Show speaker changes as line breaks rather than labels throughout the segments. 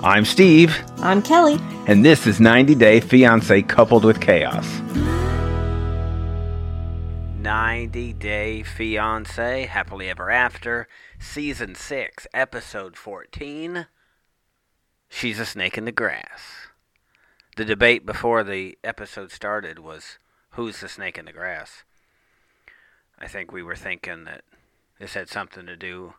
I'm Steve,
I'm Kelly.
and this is 90 Day Fiance Coupled with Chaos. 90 Day Fiance Happily Ever After, Season 6, Episode 14. She's a snake in the grass. The debate before the episode started was who's the snake in the grass? I think we were thinking that this had something to do.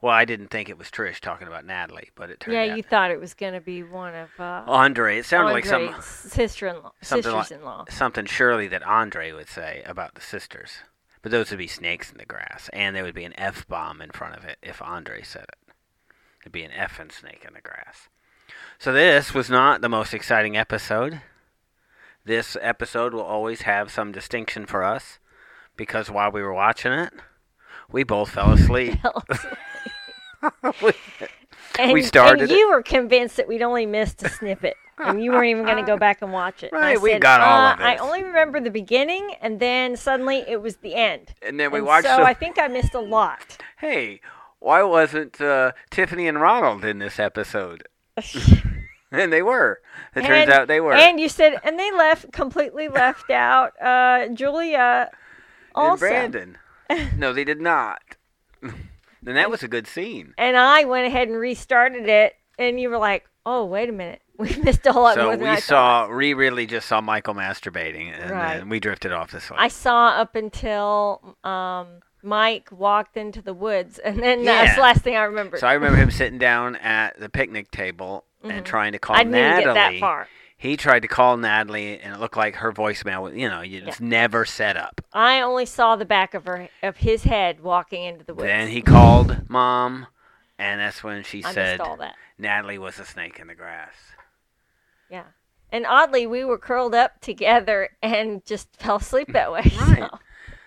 Well, I didn't think it was Trish talking about Natalie, but it turned
Yeah,
out
you thought it was going to be one of uh,
Andre. It sounded Oh, like some
Andre's sister-in-law,
something like-
sisters-in-law.
something surely that Andre would say about the sisters. But those would be snakes in the grass, and there would be an F bomb in front of it if Andre said it. It'd be an F and snake in the grass. So this was not the most exciting episode. This episode will always have some distinction for us because while we were watching it, we both fell asleep.
and,
We started
and
it-
you were convinced that we'd only missed a snippet, and you weren't even going to go back and watch it. And I
Right, we
said,
got all
uh,
of
I
this."
only remember the beginning, and then suddenly it was the end.
and then we
And
watched
so
the-
I think I missed a lot.
hey, why wasn't uh, Tiffany and Ronald in this episode? and they were. It turns
And-
out they were.
And you said, and they left completely left out uh, Julia.
And
Also,
Brandon. no, they did not. Then that was a good scene.
and I went ahead and restarted it, and you were like, "Oh, wait a minute, we missed a whole lot more
So
than
we
I thought."
saw, we really just saw Michael masturbating, and
Right.
then we drifted off this way.
I saw up until um, Mike walked into the woods, and then that's the
Yeah.
last thing I remembered.
So I remember him sitting down at the picnic table and trying to call
Mm-hmm. I didn't
Natalie.
even get that far.
He tried to call Natalie, and it looked like her voicemail. was- You know, you just never set up.
I only saw the back of her of his head walking into the woods.
Then he called mom, and that's when she
I
said
missed all that.
Natalie was a snake in the grass.
Yeah. And oddly, we were curled up together and just fell asleep that way.
Right.
So,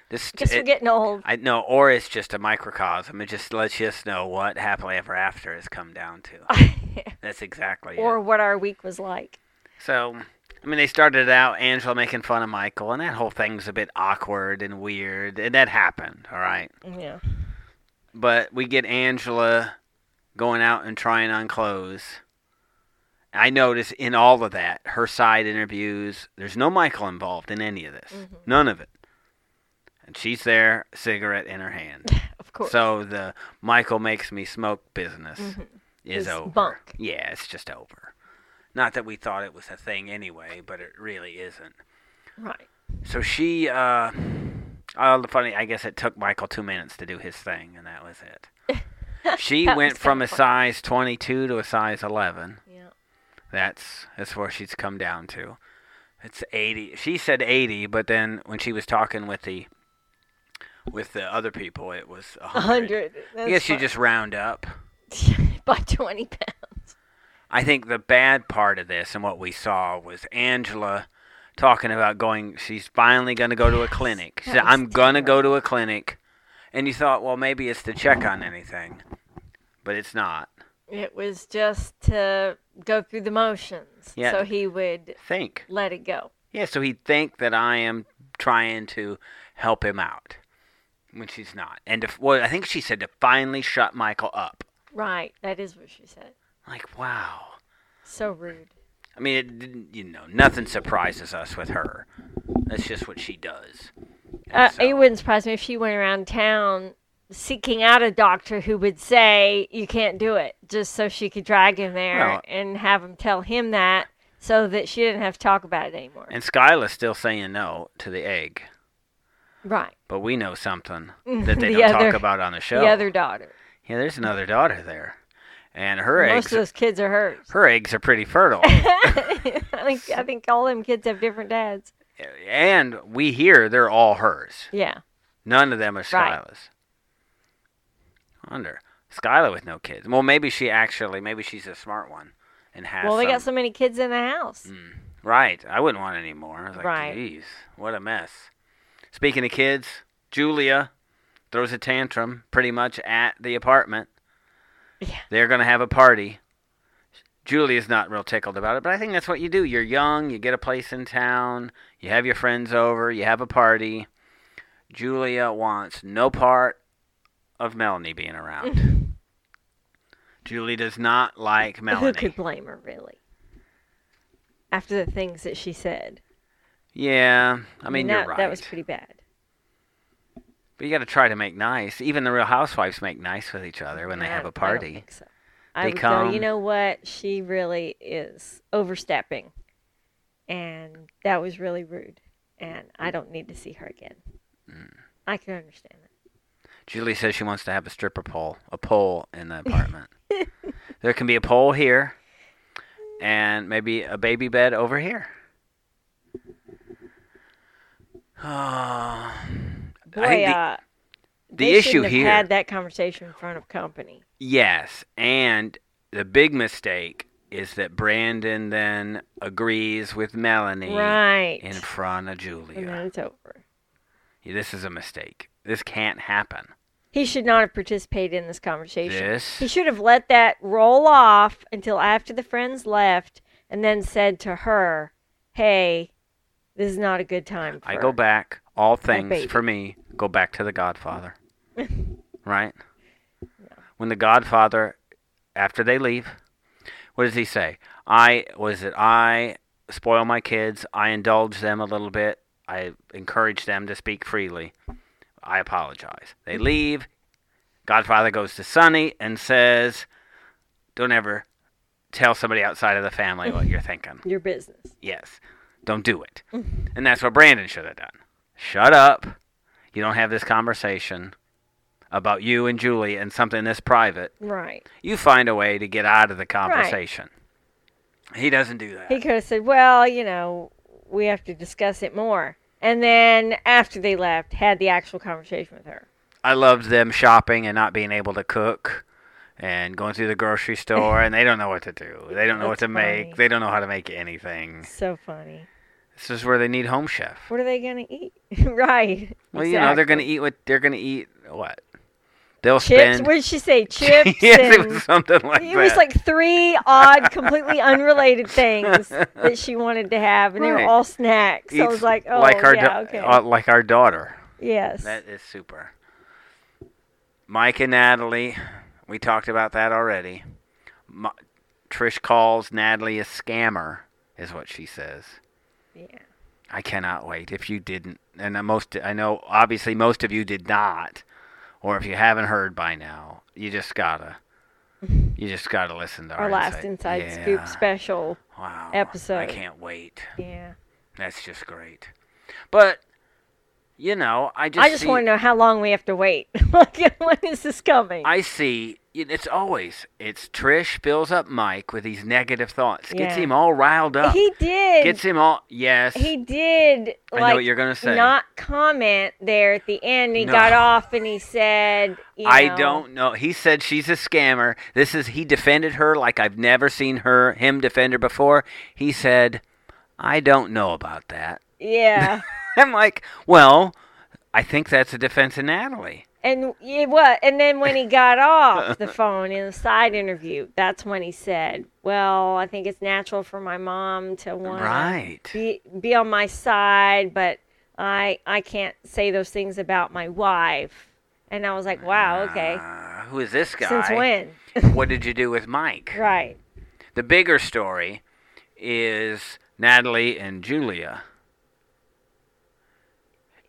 This
guess we're
it-
getting old.
I know, or it's just a microcosm. It just lets us know what happily ever after has come down to. That's exactly
or
it.
what our week was like.
So, I mean, they started out Angela making fun of Michael, and that whole thing's a bit awkward and weird, and that happened, all right.
Yeah.
But we get Angela going out and trying on clothes. I notice in all of that, her side interviews, there's no Michael involved in any of this,
Mm-hmm.
none of it. And she's there, cigarette in her hand.
Of course. Mm-hmm.
So the Michael makes me smoke business is
Is
over.
bunk.
Yeah, it's just over. Not that we thought it was a thing anyway, but it really isn't.
right.
So she, uh, oh, the funny, I guess it took Michael two minutes to do his thing, and that was it. She
That
went
was
from
kinda
a size 22 to a size 11.
Yeah.
That's that's where she's come down to. It's 80. She said 80, but then when she was talking with the with the other people, it was 100.
100.
I guess you just round up.
just. By 20 pounds.
I think the bad part of this and what we saw was Angela talking about going, she's finally going to go to a clinic. She
that
said,
was
I'm going to go to a clinic. And you thought, well, maybe it's to check on anything, but it's not.
It was just to go through the motions.
Yeah.
So he would
Think.
let it go.
Yeah, so he'd think that I am trying to help him out when she's not. And to, well, I think she said to finally shut Michael up.
Right. That is what she said.
Like, wow.
So rude.
I mean, it didn't, you know, nothing surprises us with her. That's just what she does. And
Uh,
so-
It wouldn't surprise me if she went around town seeking out a doctor who would say, you can't do it, just so she could drag him there
Well-
and have him tell him that so that she didn't have to talk about it anymore.
And Skyla's still saying no to the egg,
right.
but we know something that they
The
don't
other-
talk about on the show.
The other daughter.
yeah, there's another daughter there, and her eggs
Most of those kids are hers.
her eggs are pretty fertile.
I think I think all them kids have different dads.
and we hear they're all hers.
Yeah.
None of them are
Right.
Skyla's. Wonder Skyla with no kids. Well, maybe she actually maybe she's a smart one and has.
Well, they
some-
got so many kids in the house.
Right. I wouldn't want any more. I was like,
Right.
geez, what a mess. Speaking of kids, Julia throws a tantrum pretty much at the apartment.
Yeah.
They're going to have a party. Julia's not real tickled about it, but I think that's what you do. You're young, you get a place in town, you have your friends over, you have a party. Julia wants no part of Melanie being around. Julie does not like Melanie.
Who could blame her, really? After the things that she said.
Yeah, I mean
that,
you're right.
That was pretty bad.
But you got to try to make nice. Even the Real Housewives make nice with each other when they
I
have a
don't- I don't
party.
think so. I
They
would go,
come-
you know what? She really is overstepping. And that was really rude. And I don't need to see her again.
Mm.
I can understand that.
Julie says she wants to have a stripper pole, a pole in the apartment. there can be a pole here, and maybe a baby bed over here. Oh,
Boy,
I think the-
uh,
the
they
issue
shouldn't have
here-
had that conversation in front of company.
yes. And the big mistake is that Brandon then agrees with Melanie
Right. Mm-hmm.
in front of
and then
Julia.
it's over.
This is a mistake. This can't happen.
He should not have participated in this conversation. He
This.
should have let that roll off until after the friends left and then said to her, Hey, this is not a good time for
I go back. All things
baby.
for me go back to The Godfather. right? When The Godfather, after they leave, what does he say? I, was it I spoil my kids? I indulge them a little bit. I encourage them to speak freely. I apologize. They leave. Godfather goes to Sonny and says, Don't ever tell somebody outside of the family what you're thinking.
your business.
Yes. Don't do it.
Mm.
and that's what Brandon should have done. Shut up. You don't have this conversation about you and Julie and something this private.
Right.
You find a way to get out of the conversation. He doesn't do that.
He could have said, Well, you know, we have to discuss it more. And then after they left, had the actual conversation with her.
I loved them shopping and not being able to cook and going through the grocery store and they don't know what to do. They don't know what
That's
to
funny.
make. They don't know how to make anything.
So funny.
This is where they need home chef.
What are they going to eat? right.
Well, you know, they're going to
exactly.
eat what they're going to eat what? They'll
chips.
spend
What did she say? Chips.
yes, it
and-
was something like
it
that.
was like three odd, completely unrelated things that she wanted to have, and they
Right.
were all snacks. So I
Eats
was like, oh,
like our
yeah,
da-
okay.
uh, like our daughter.
yes.
That is super. Mike and Natalie, we talked about that already. Mi- Trish calls Natalie a scammer, is what she says.
yeah.
I cannot wait. If you didn't, and I most I know, obviously most of you did not, or if you haven't heard by now, you just gotta, you just gotta listen to
Our last Inside Scoop
Yeah.
special.
wow, I
episode.
can't wait.
Yeah.
That's just great. But you know, I just
I just
see,
want to know how long we have to wait. like, when is this coming?
I see. It's always it's Trish fills up Mike with these negative thoughts, gets
Yeah.
him all riled up,
he did.
gets him all yes.
he did.
I
Like,
know what you're gonna say.
Not comment there at the end. He
No.
got off and he said, you
I
know,
don't know. He said she's a scammer. This is he defended her like I've never seen her him defend her before. He said, "I don't know about that."
Yeah.
I'm like, "Well, I think that's a defense of Natalie."
And it was, and then when he got off the phone in the side interview, that's when he said, "Well, I think it's natural for my mom to want
Right.
be be on my side, but I I can't say those things about my wife." And I was like, "Wow, okay,
Uh, who is this guy?
since when?"
What did you do with Mike?
right?
The bigger story is Natalie and Julia.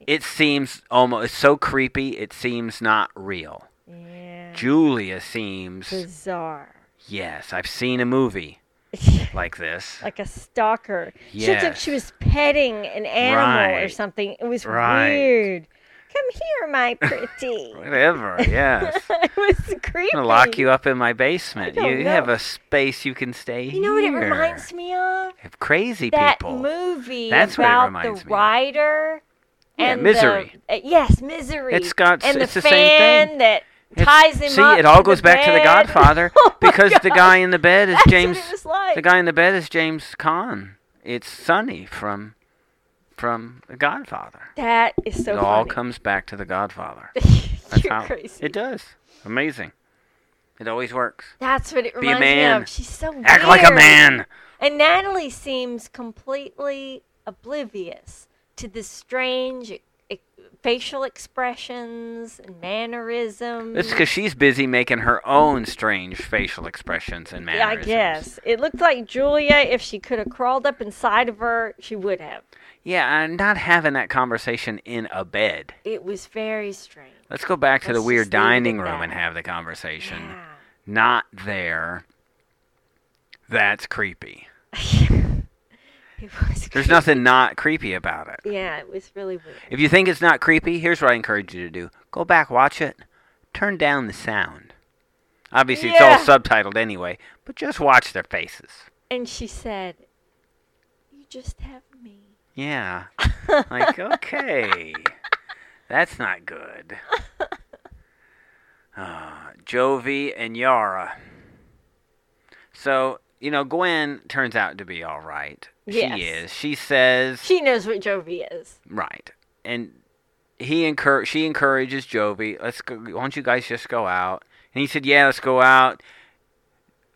It seems almost so creepy. It seems not real.
Yeah,
Julia seems
bizarre,
yes. I've seen a movie like this.
like a stalker. She looked like
Yes.
she was petting an animal or
Right.
something. It was
Right.
weird. Come here, my pretty.
Whatever. Yes.
it was creepy.
I'm gonna lock you up in my basement.
don't
You have
know.
a space you can stay
You know what it
here.
reminds me of?
Of crazy
That
people.
movie
That's what it
about
reminds
the
me of.
writer
Yeah,
and
Misery.
The, uh, yes, misery.
It's got-
and
it's
the
the same
fan
thing.
that
It's-
ties him
See,
up
it all
to
goes
the
back to The
bed.
Godfather
Oh my
because the
God.
guy in the bed is
That's what it
James.
was like.
The guy in the bed is James Caan. It's Sonny from from The Godfather.
That is so
it all
funny.
comes back to The Godfather. That's
You're
how
crazy.
it does. Amazing. It always works.
That's what it
Be a
reminds me
man.
of. She's so
Act like a
weird.
man.
And Natalie seems completely oblivious to this strange e- facial expressions, mannerisms.
It's because she's busy making her own strange facial expressions and
Yeah, I
mannerisms.
guess. It looked like Julia, if she could have crawled up inside of her, she would have.
Yeah, and not having that conversation in a bed.
It was very strange.
Let's go back to
Let's
the weird
just leave it at
dining room
that.
and have the conversation.
Yeah.
Not there. That's creepy.
It was
There's
creepy.
nothing not creepy about it.
Yeah, it was really weird.
If you think it's not creepy, here's what I encourage you to do go back, watch it, turn down the sound. Obviously,
Yeah.
it's all subtitled anyway, but just watch their faces.
And she said, You just have me.
Yeah. Like, okay. That's not good. Uh, Jovi and Yara. So, you know, Gwen turns out to be all right.
Yes.
She is. She says,
She knows what Jovi is.
Right. And he encour- she encourages Jovi, let's go why don't you guys just go out? And he said, Yeah, let's go out.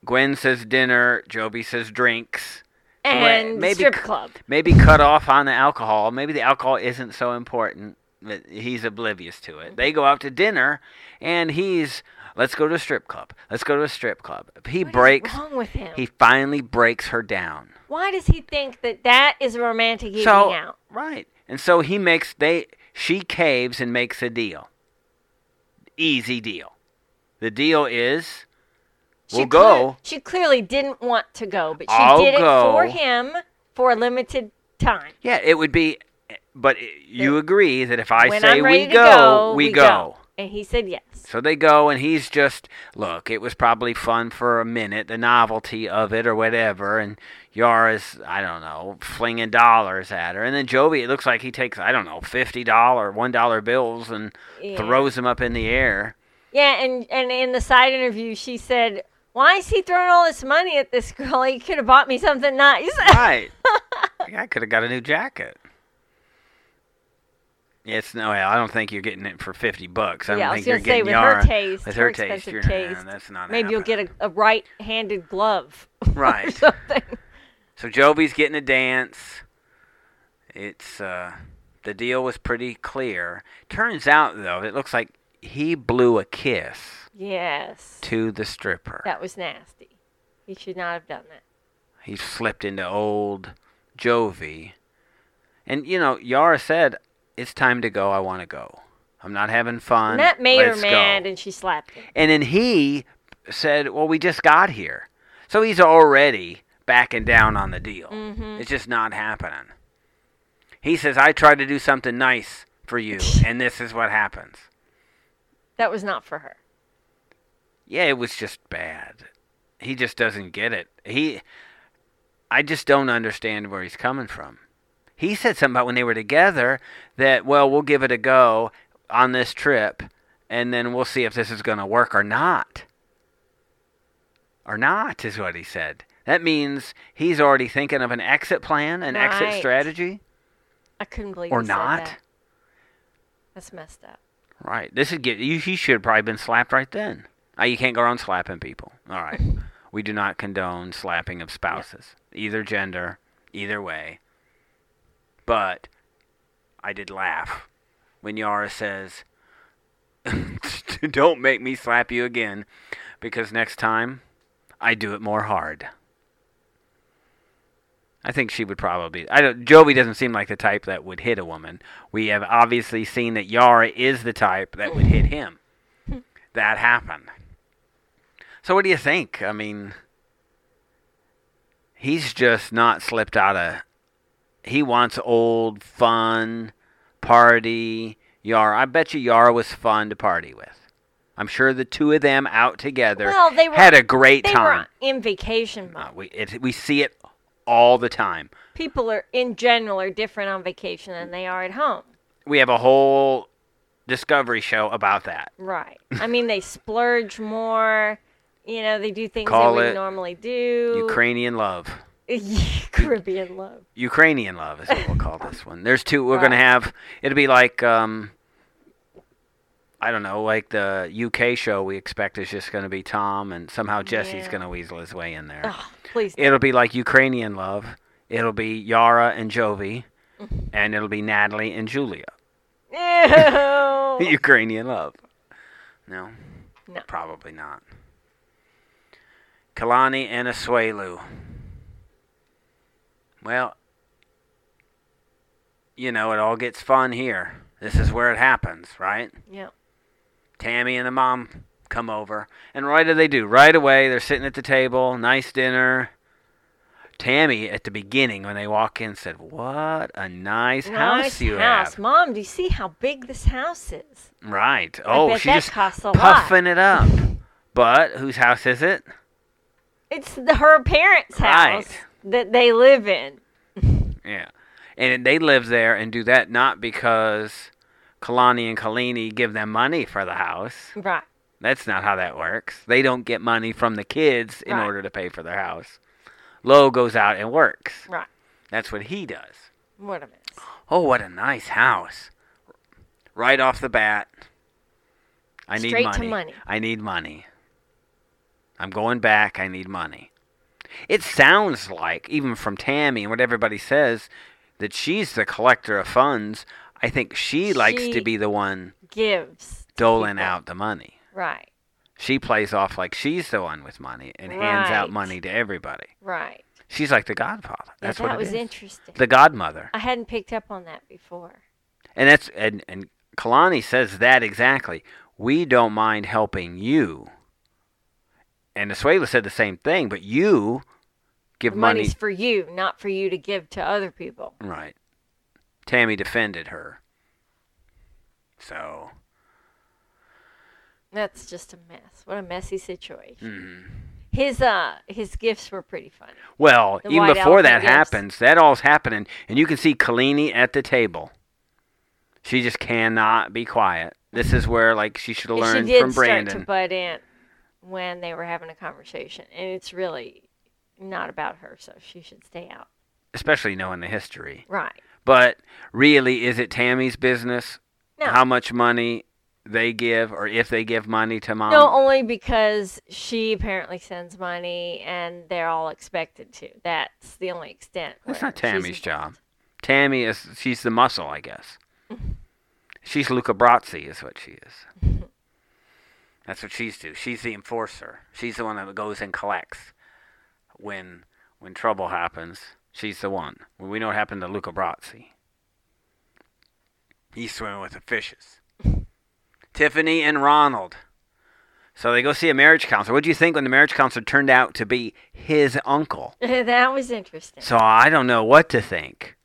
Gwen says dinner, Jovi says drinks.
And
maybe
strip
c-
club.
Maybe cut off on the alcohol. Maybe the alcohol isn't so important that he's oblivious to it. They go out to dinner and he's let's go to a strip club. Let's go to a strip club. He
What is
breaks
wrong with him?
he finally breaks her down.
Why does he think that that is a romantic evening
so
out?
right and so he makes they she caves and makes a deal easy deal the deal is
She
we'll
clear-
go
She clearly didn't want to go, but she
I'll
did it for
go.
him for a limited time.
yeah it would be but you agree that if i
when
say
I'm ready
we
to
go,
go,
we,
we
go.
go. And he said yes.
so they go and he's just look it was probably fun for a minute the novelty of it or whatever and yara's i don't know flinging dollars at her and then joby it looks like he takes i don't know $50 $1 bills and
Yeah.
throws them up in the air
Yeah, and, and in the side interview, she said, Why is he throwing all this money at this girl? He could have bought me something nice.
right. Like, I could have got a new jacket. It's no, I don't think you're getting it for fifty bucks. I don't
yeah, I was
think you're
gonna say
getting
with
Yara
her taste,
with her taste,
expensive
you're,
taste,
nah, that's not.
maybe you'll get a, a right-handed glove
a
or
right.
something.
So Joby's getting a dance. It's uh, the deal was pretty clear. Turns out though, it looks like he blew a kiss
Yes,
to the stripper.
that was nasty. He should not have done that.
He slipped into old Jovi. And, you know, Yara said, It's time to go. I want to go. I'm not having fun.
And that made
Let's
her
go."
mad, and she slapped him.
And then he said, Well, we just got here. So he's already backing down on the deal.
Mhm.
It's just not happening. He says, I tried to do something nice for you, and this is what happens.
That was not for her.
Yeah, it was just bad. He just doesn't get it. He I just don't understand where he's coming from. He said something about when they were together that well, we'll give it a go on this trip and then we'll see if this is going to work or not. Or not is what he said. That means he's already thinking of an exit plan, an exit
Right.
strategy
I couldn't believe.
or
he said
not.
that. That's messed up.
Right. This would get you. He should have probably been slapped right then. Ah, you can't go around slapping people. All right. we do not condone slapping of spouses, either gender, either way. But I did laugh when Yara says, "Don't make me slap you again, because next time I do it more hard." I think she would probably. I don't. Jovi doesn't seem like the type that would hit a woman. We have obviously seen that Yara is the type that would hit him. that happened. So what do you think? I mean, he's just not slipped out of. He wants old fun party Yara. I bet you Yara was fun to party with. I'm sure the two of them out together
Well, they were-
had a great
They
time.
were in vacation mode.
Uh, we it, we see it all the time.
People are in general are different on vacation than they are at home.
We have a whole discovery show about that.
Right. I mean, they splurge more. You know, they do things
Call it
they wouldn't normally do.
Ukrainian love.
Caribbean love.
Ukrainian love is what we'll call this one. There's two. We're gonna have. It'll be like um. I don't know, like the UK show we expect is just gonna be Tom, and somehow Jesse's
Yeah.
gonna weasel his way in there.
Oh, please.
It'll be like Ukrainian
Mm-hmm.
love. It'll be Yara and Jovi, and it'll be Natalie and Julia.
Ew.
Ukrainian love. No.
No.
Probably not. Kalani and Asuelu. Well, you know, it all gets fun here. This is where it happens, right?
yeah.
Tammy and the mom come over. And what do they do? Right away, they're sitting at the table, nice dinner. Tammy, at the beginning, when they walk in, said, What a nice, house you
house.
have.
Mom, do you see how big this house is?
Right. Oh,
bet
she
that
just
costs a lot.
puffing it up. But whose house is it?
It's the, her parents' house
Right.
that they live in.
Yeah. And they live there and do that not because Kalani and Kalini give them money for the house.
Right.
That's not how that works. They don't get money from the kids in
Right.
order to pay for their house. Lo goes out and works.
Right.
That's what he does.
What a mess.
Oh, what a nice house. Right off the bat, I need
Straight to
money.
money.
I need money. I'm going back. I need money. It sounds like, even from Tammy and what everybody says, that she's the collector of funds. I think she likes to
She-
be the one
Gives. to
doling
people.
out the money.
Right.
She plays off like she's the one with money and hands out
Right.
money to everybody.
Right.
She's like the godfather.
Yeah,
That's
that
what it
was
is.
interesting.
The godmother.
I hadn't picked up on that before.
And that's and and Kalani says that exactly. We don't mind helping you. And Asuela said the same thing, but you give
The
money
money's for you, not for you to give to other people.
right. Tammy defended her. So
That's just a mess. What a messy situation.
mhm.
His uh his gifts were pretty funny.
well,
The
even
white
before that
elephant gifts.
happens, that all's happening, and you can see Kalini at the table. She just cannot be quiet. This is where like she should have
And she
learned
did
from Brandon.
start to butt in when they were having a conversation, and it's really not about her, so she should stay out.
especially knowing the history.
Right?
But really, is it Tammy's business
No.
how much money they give or if they give money to mom?
no, only because she apparently sends money, and they're all expected to. That's the only extent.
That's
where
not
she's
Tammy's job.
involved.
Tammy is she's the muscle, I guess. she's Luca Brazzi, is what she is. That's what she's do. She's the enforcer. She's the one that goes and collects when when trouble happens. She's the one. Well, we know what happened to Luca Brazzi. He's swimming with the fishes. Tiffany and Ronald. So they go see a marriage counselor. What do you think when the marriage counselor turned out to be his uncle?
that was interesting.
So I don't know what to think.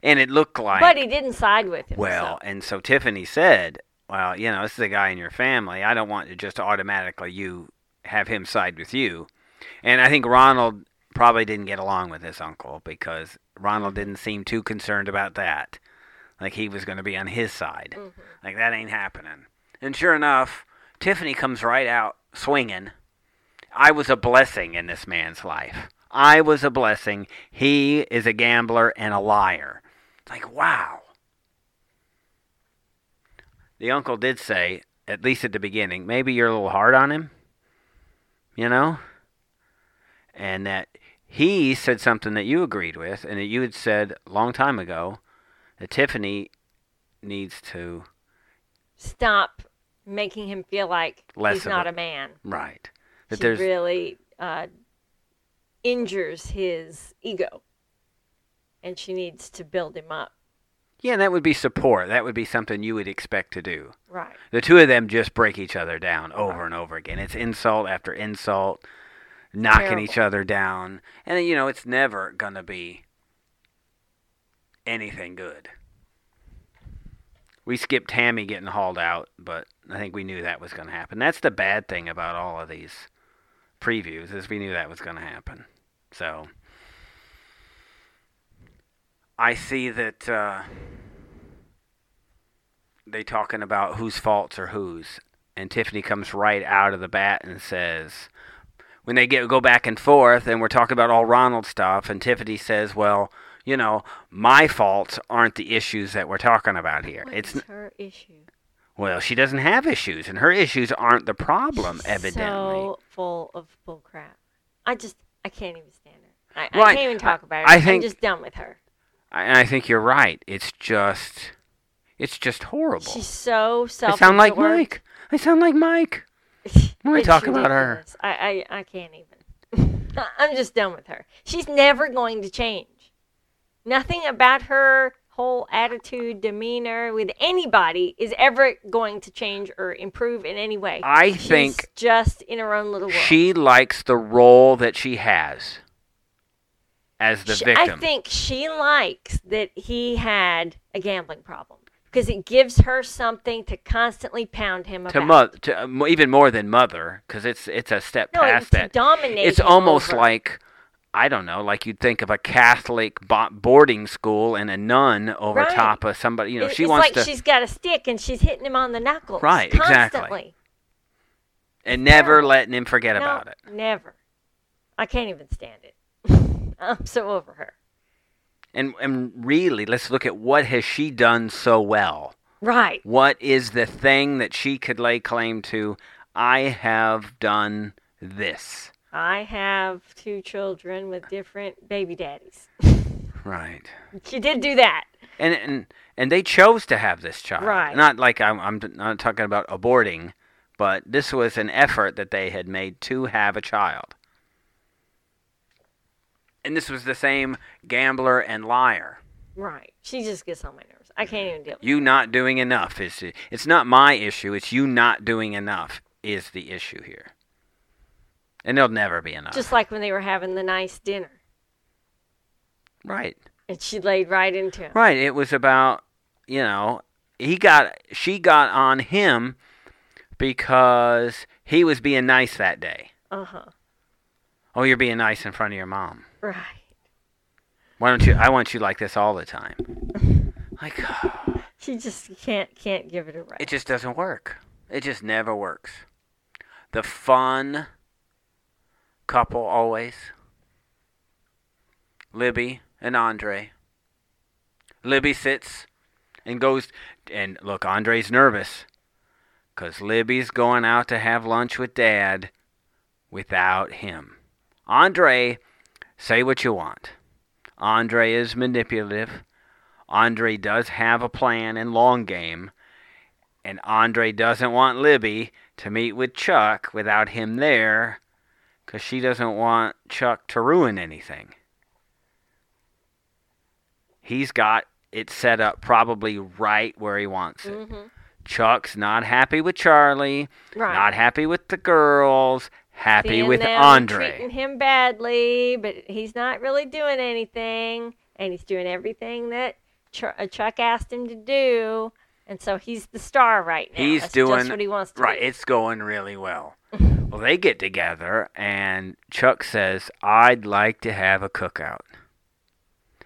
And it looked like
but he didn't side with him.
well,
so-
and so Tiffany said, "Well, you know, this is a guy in your family. I don't want to just automatically you have him side with you." And I think Ronald probably didn't get along with his uncle because Ronald didn't seem too concerned about that. Like he was going to be on his side.
Mhm.
Like that ain't happening. And sure enough, Tiffany comes right out swinging. I was a blessing in this man's life. I was a blessing. He is a gambler and a liar. It's like, wow. The uncle did say, at least at the beginning, maybe you're a little hard on him, you know? And that he said something that you agreed with and that you had said a long time ago that Tiffany needs to.
stop making him feel like
Less
he's
of
not
a-
a man.
Right. That
she
there's.
really uh, injures his ego, and she needs to build him up.
Yeah, that would be support. That would be something you would expect to do.
Right.
The two of them just break each other down over and over again. It's insult after insult, knocking
Terrible.
each other down. And, you know, it's never going to be anything good. We skipped Tammy getting hauled out, but I think we knew that was going to happen. That's the bad thing about all of these previews is we knew that was going to happen. So I see that uh, they talking about whose faults are whose, and Tiffany comes right out of the bat and says, when they get go back and forth, and we're talking about all Ronald stuff, and Tiffany says, well, you know, my faults aren't the issues that we're talking about here.
What
It's
is her issue?
well, she doesn't have issues, and her issues aren't the problem,
She's
evidently.
So full of bullcrap. I just I can't even stand her. I, I
Right.
can't even talk about her.
I
I
think-
am just done with her.
I, I think you're right. It's just It's just horrible.
She's so
I
self.
sound like Mike. I sound like Mike. When we talk about her.
I, I I can't even. I'm just done with her. She's never going to change. Nothing about her whole attitude, demeanor with anybody is ever going to change or improve in any way.
I
She's
think
just in her own little world.
she likes the role that she has as the
She- I
victim.
think she likes that he had a gambling problem because it gives her something to constantly pound him
to
about.
mother, to, uh, mo- even more than mother, because it's it's a step
no,
past
to
that.
dominate.
It's
him
almost
over.
like I don't know, like you'd think of a Catholic bo- boarding school and a nun over
Right.
top of somebody. You know,
It-
she
it's
wants
like
to
she's got a stick and she's hitting him on the knuckles.
Right, exactly.
constantly.
and never
terrible.
letting him forget
No,
about it.
Never. I can't even stand it. I'm so over her.
And and really, let's look at what has she done so well.
Right.
What is the thing that she could lay claim to? I have done this.
I have two children with different baby daddies.
Right.
She did do that.
and and and they chose to have this child.
Right.
Not like I'm I'm not talking about aborting, but this was an effort that they had made to have a child. And this was the same gambler and liar.
Right. She just gets on my nerves. I can't even deal. with
You not doing enough is the- it's not my issue. It's you not doing enough is the issue here. And there'll never be
it.
enough.
Just like when they were having the nice dinner
right.
and she laid right into him.
Right. It was about, you know, he got, she got on him because he was being nice that day.
Uh huh.
Oh, you're being nice in front of your mom.
Right.
Why don't you? I want you like this all the time. Like,
She just can't can't give it a right.
it just doesn't work. It just never works. The fun couple always. Libby and Andre. Libby sits and goes and look, Andre's nervous cuz Libby's going out to have lunch with dad without him. Andre, say what you want. Andre is manipulative. Andre does have a plan and long game and Andre doesn't want Libby to meet with Chuck without him there because she doesn't want Chuck to ruin anything. He's got it set up probably right where he wants it.
Mm-hmm.
Chuck's not happy with Charlie,
Right.
not happy with the girls, happy
Seeing
with
them
Andre.
Treating him badly, but he's not really doing anything, and he's doing everything that Ch- uh, Chuck asked him to do, and so he's the star right now.
He's
That's
doing-
just what he wants to
Right,
do.
it's going really well. well, they get together, and Chuck says, I'd like to have a cookout.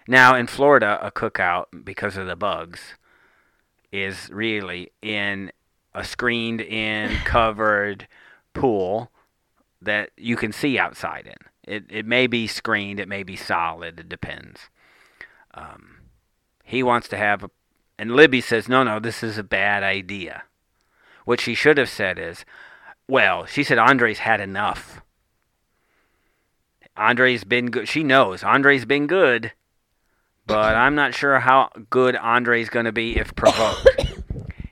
Now, in Florida, a cookout, because of the bugs, is really in a screened in, covered pool that you can see outside in. It, it may be screened, it may be solid, it depends. Um, he wants to have a. And Libby says, no, no, this is a bad idea. What she should have said is, well, she said Andre's had enough. Andre's been good. She knows Andre's been good, but I'm not sure how good Andre's going to be if provoked.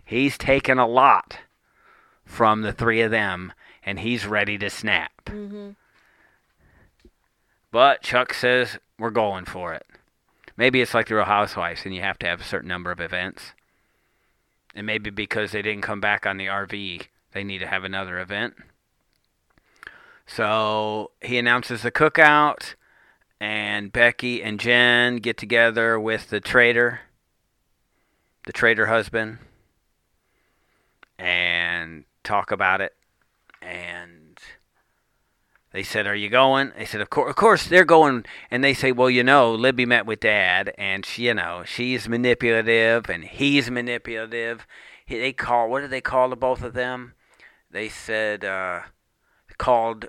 he's taken a lot from the three of them, and he's ready to snap.
Mm-hmm.
But Chuck says we're going for it. Maybe it's like the Real Housewives, and you have to have a certain number of events. And maybe because they didn't come back on the RV, they need to have another event. So he announces the cookout, and Becky and Jen get together with the trader, the trader husband, and talk about it. And they said, "Are you going?" They said, "Of course, of course, they're going." And they say, "Well, you know, Libby met with Dad, and she, you know, she's manipulative, and he's manipulative." He, they call what did they call the both of them? They said uh, called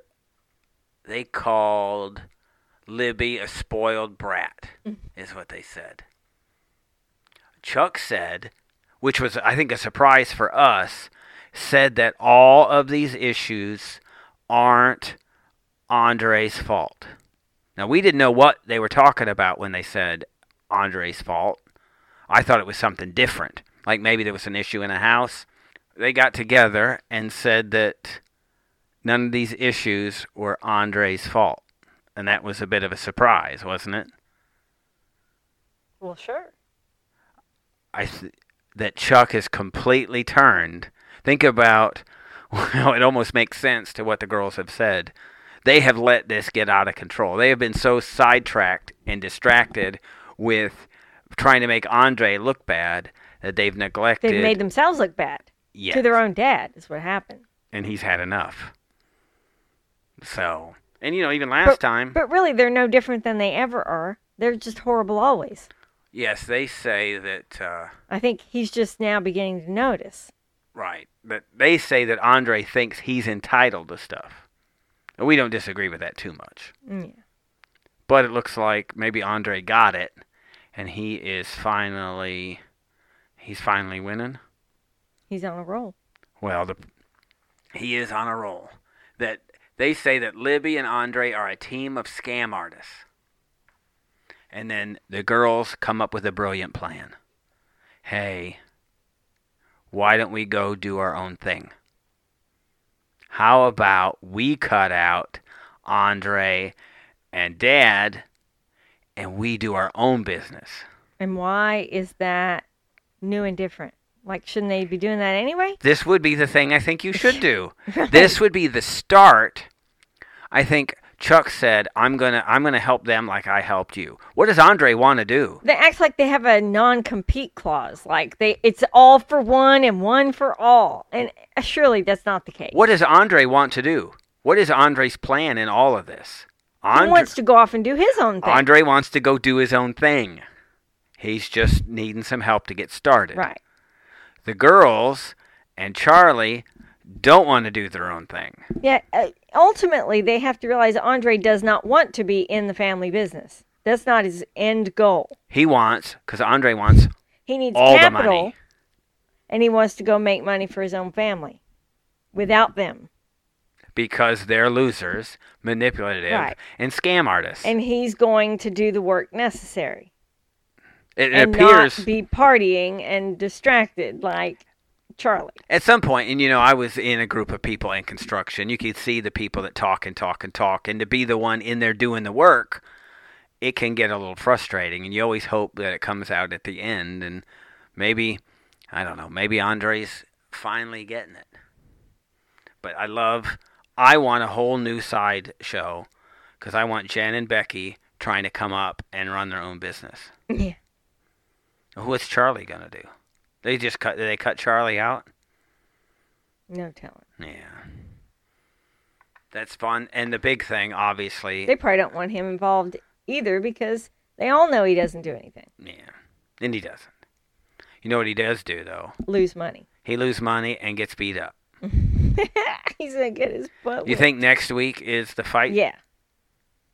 they called Libby a spoiled brat is what they said. Chuck said, which was I think a surprise for us, said that all of these issues aren't Andre's fault. Now, we didn't know what they were talking about when they said Andre's fault. I thought it was something different. like maybe there was an issue in a house. They got together and said that none of these issues were Andre's fault. And that was a bit of a surprise, wasn't it?
Well, sure.
I th- that Chuck has completely turned. Think about well, it almost makes sense to what the girls have said. They have let this get out of control. They have been so sidetracked and distracted with trying to make Andre look bad that they've neglected.
They've made themselves look bad
Yes. Mm-hmm.
to their own dad. Is what happened.
and he's had enough. So, and you know, even last
But-
time,
But really, they're no different than they ever are. They're just horrible always.
yes, they say that. Uh,
I think he's just now beginning to notice.
Right. But they say that Andre thinks he's entitled to stuff. And we don't disagree with that too much.
Mm, Yeah.
But it looks like maybe Andre got it and he is finally he's finally winning.
He's on a roll.
Well, the he is on a roll. That they say that Libby and Andre are a team of scam artists. And then the girls come up with a brilliant plan. Hey, why don't we go do our own thing? How about we cut out Andre and Dad and we do our own business?
And why is that new and different? Like, shouldn't they be doing that anyway?
This would be the thing I think you should do.
Right.
this would be the start. I think Chuck said, "I'm gonna, I'm gonna help them like I helped you." What does Andre want to do?
They act like they have a non-compete clause. Like they, it's all for one and one for all. And uh, surely that's not the case.
What does Andre want to do? What is Andre's plan in all of this?
He
Andre,
wants to go off and do his own thing.
Andre wants to go do his own thing. He's just needing some help to get started.
right.
The girls and Charlie don't want to do their own thing.
Yeah. Uh, ultimately, they have to realize Andre does not want to be in the family business. That's not his end goal.
He wants, because Andre wants
He needs
all the
capital,
money.
and he wants to go make money for his own family without them.
because they're losers, manipulative,
Right.
and scam artists.
And he's going to do the work necessary
it
and
appears
not be partying and distracted like Charlie.
at some point, and you know, I was in a group of people in construction. You could see the people that talk and talk and talk, and to be the one in there doing the work, it can get a little frustrating. And you always hope that it comes out at the end, and maybe, I don't know, maybe Andre's finally getting it. But I love, I want a whole new side show because I want Jen and Becky trying to come up and run their own business.
Yeah.
What's Charlie gonna do? They just cut. Did they cut Charlie out?
No telling.
Yeah. That's fun. And the big thing, obviously,
They probably don't want him involved either because they all know he doesn't do anything.
yeah. And he doesn't. You know what he does do though?
Lose money.
He loses money and gets beat up.
he's gonna get his butt.
You
whipped.
think next week is the fight?
Yeah. Oh,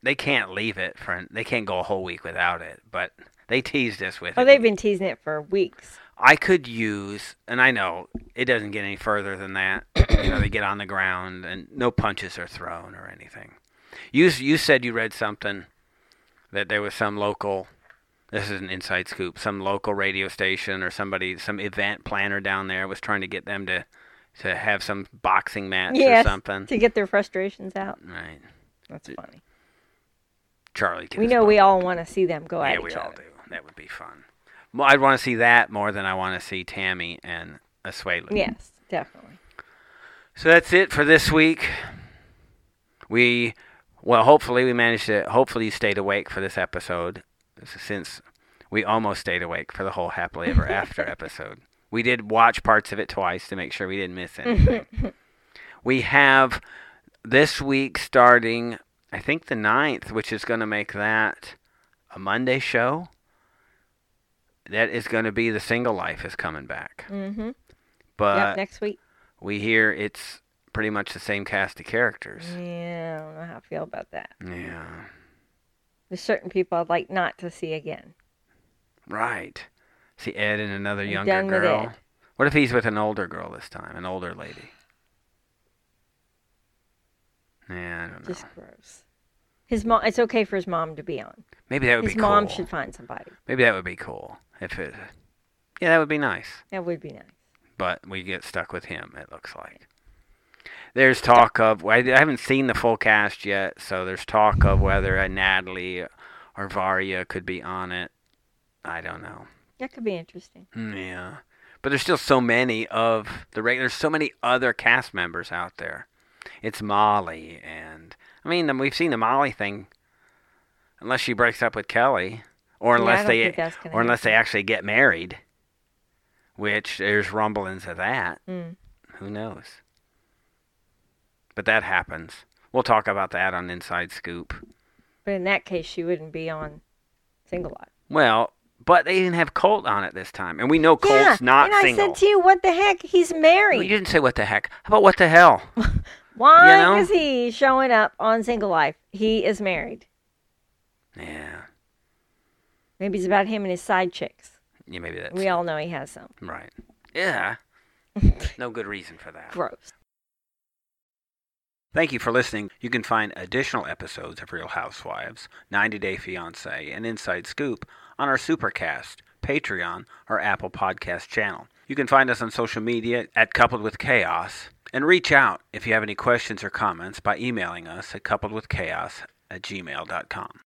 They can't leave it for. They can't go a whole week without it. But they teased us with
Oh,
it.
they've been teasing it for weeks.
I could use, and I know it doesn't get any further than that. you know, they get on the ground and no punches are thrown or anything. You s- you said you read something that there was some local. This is an inside scoop. Some local radio station or somebody, some event planner down there was trying to get them to to have some boxing match
Yes,
or something.
to get their frustrations out.
Right,
That's funny.
Charlie. gets
We know we
bumped.
all want to see them go at
Yeah,
each
we all
other.
do. That would be fun. Well, I'd want to see that more than I want to see Tammy and Asuelu.
Yes, definitely.
So that's it for this week. We, well, hopefully we managed to, hopefully you stayed awake for this episode since we almost stayed awake for the whole Happily Ever After episode. We did watch parts of it twice to make sure we didn't miss anything. we have this week starting, I think, the 9th, which is going to make that a Monday show. That is going to be The Single Life is coming back.
Mm-hmm.
But
yep, next week.
we hear it's pretty much the same cast of characters.
Yeah, I don't know how I feel about that.
Yeah.
There's certain people I'd like not to see again.
Right. See Ed and another
I'm
younger
done with
girl.
Ed.
What if he's with an older girl this time, an older lady? Yeah, I don't know.
Just gross. His mom. It's okay for his mom to be on.
Maybe that would
His
be
mom
cool.
should find somebody.
Maybe that would be cool if it. Yeah, that would be nice.
That would be nice.
But we get stuck with him, it looks like. There's talk of, I I haven't seen the full cast yet, so there's talk of whether a Natalie or Varya could be on it. I don't know.
That could be interesting.
Yeah. But there's still so many of the regular, there's so many other cast members out there. It's Molly, and I mean, we've seen the Molly thing, unless she breaks up with Kelly, or
Yeah, I
unless
don't
they,
think that's gonna
or unless they actually get married, which there's rumblings of that.
Mm.
Who knows? But that happens. We'll talk about that on Inside Scoop.
But in that case, she wouldn't be on single lot.
Well, but they didn't have Colt on it this time, and we know Colt's
yeah,
not
and I
single.
said to you, what the heck? He's
Well,
married.
you didn't say what the heck. How about what the hell?
Why
you know?
is he showing up on single life? He is married.
yeah.
Maybe it's about him and his side chicks.
Yeah, maybe that's
We all know he has some.
right. Yeah. No good reason for that.
Gross.
Thank you for listening. You can find additional episodes of Real Housewives, 90 Day Fiancé, and Inside Scoop on our Supercast, Patreon, or Apple Podcast channel. You can find us on social media at Coupled with Chaos, and reach out if you have any questions or comments by emailing us at coupledwithchaos at gmail.com.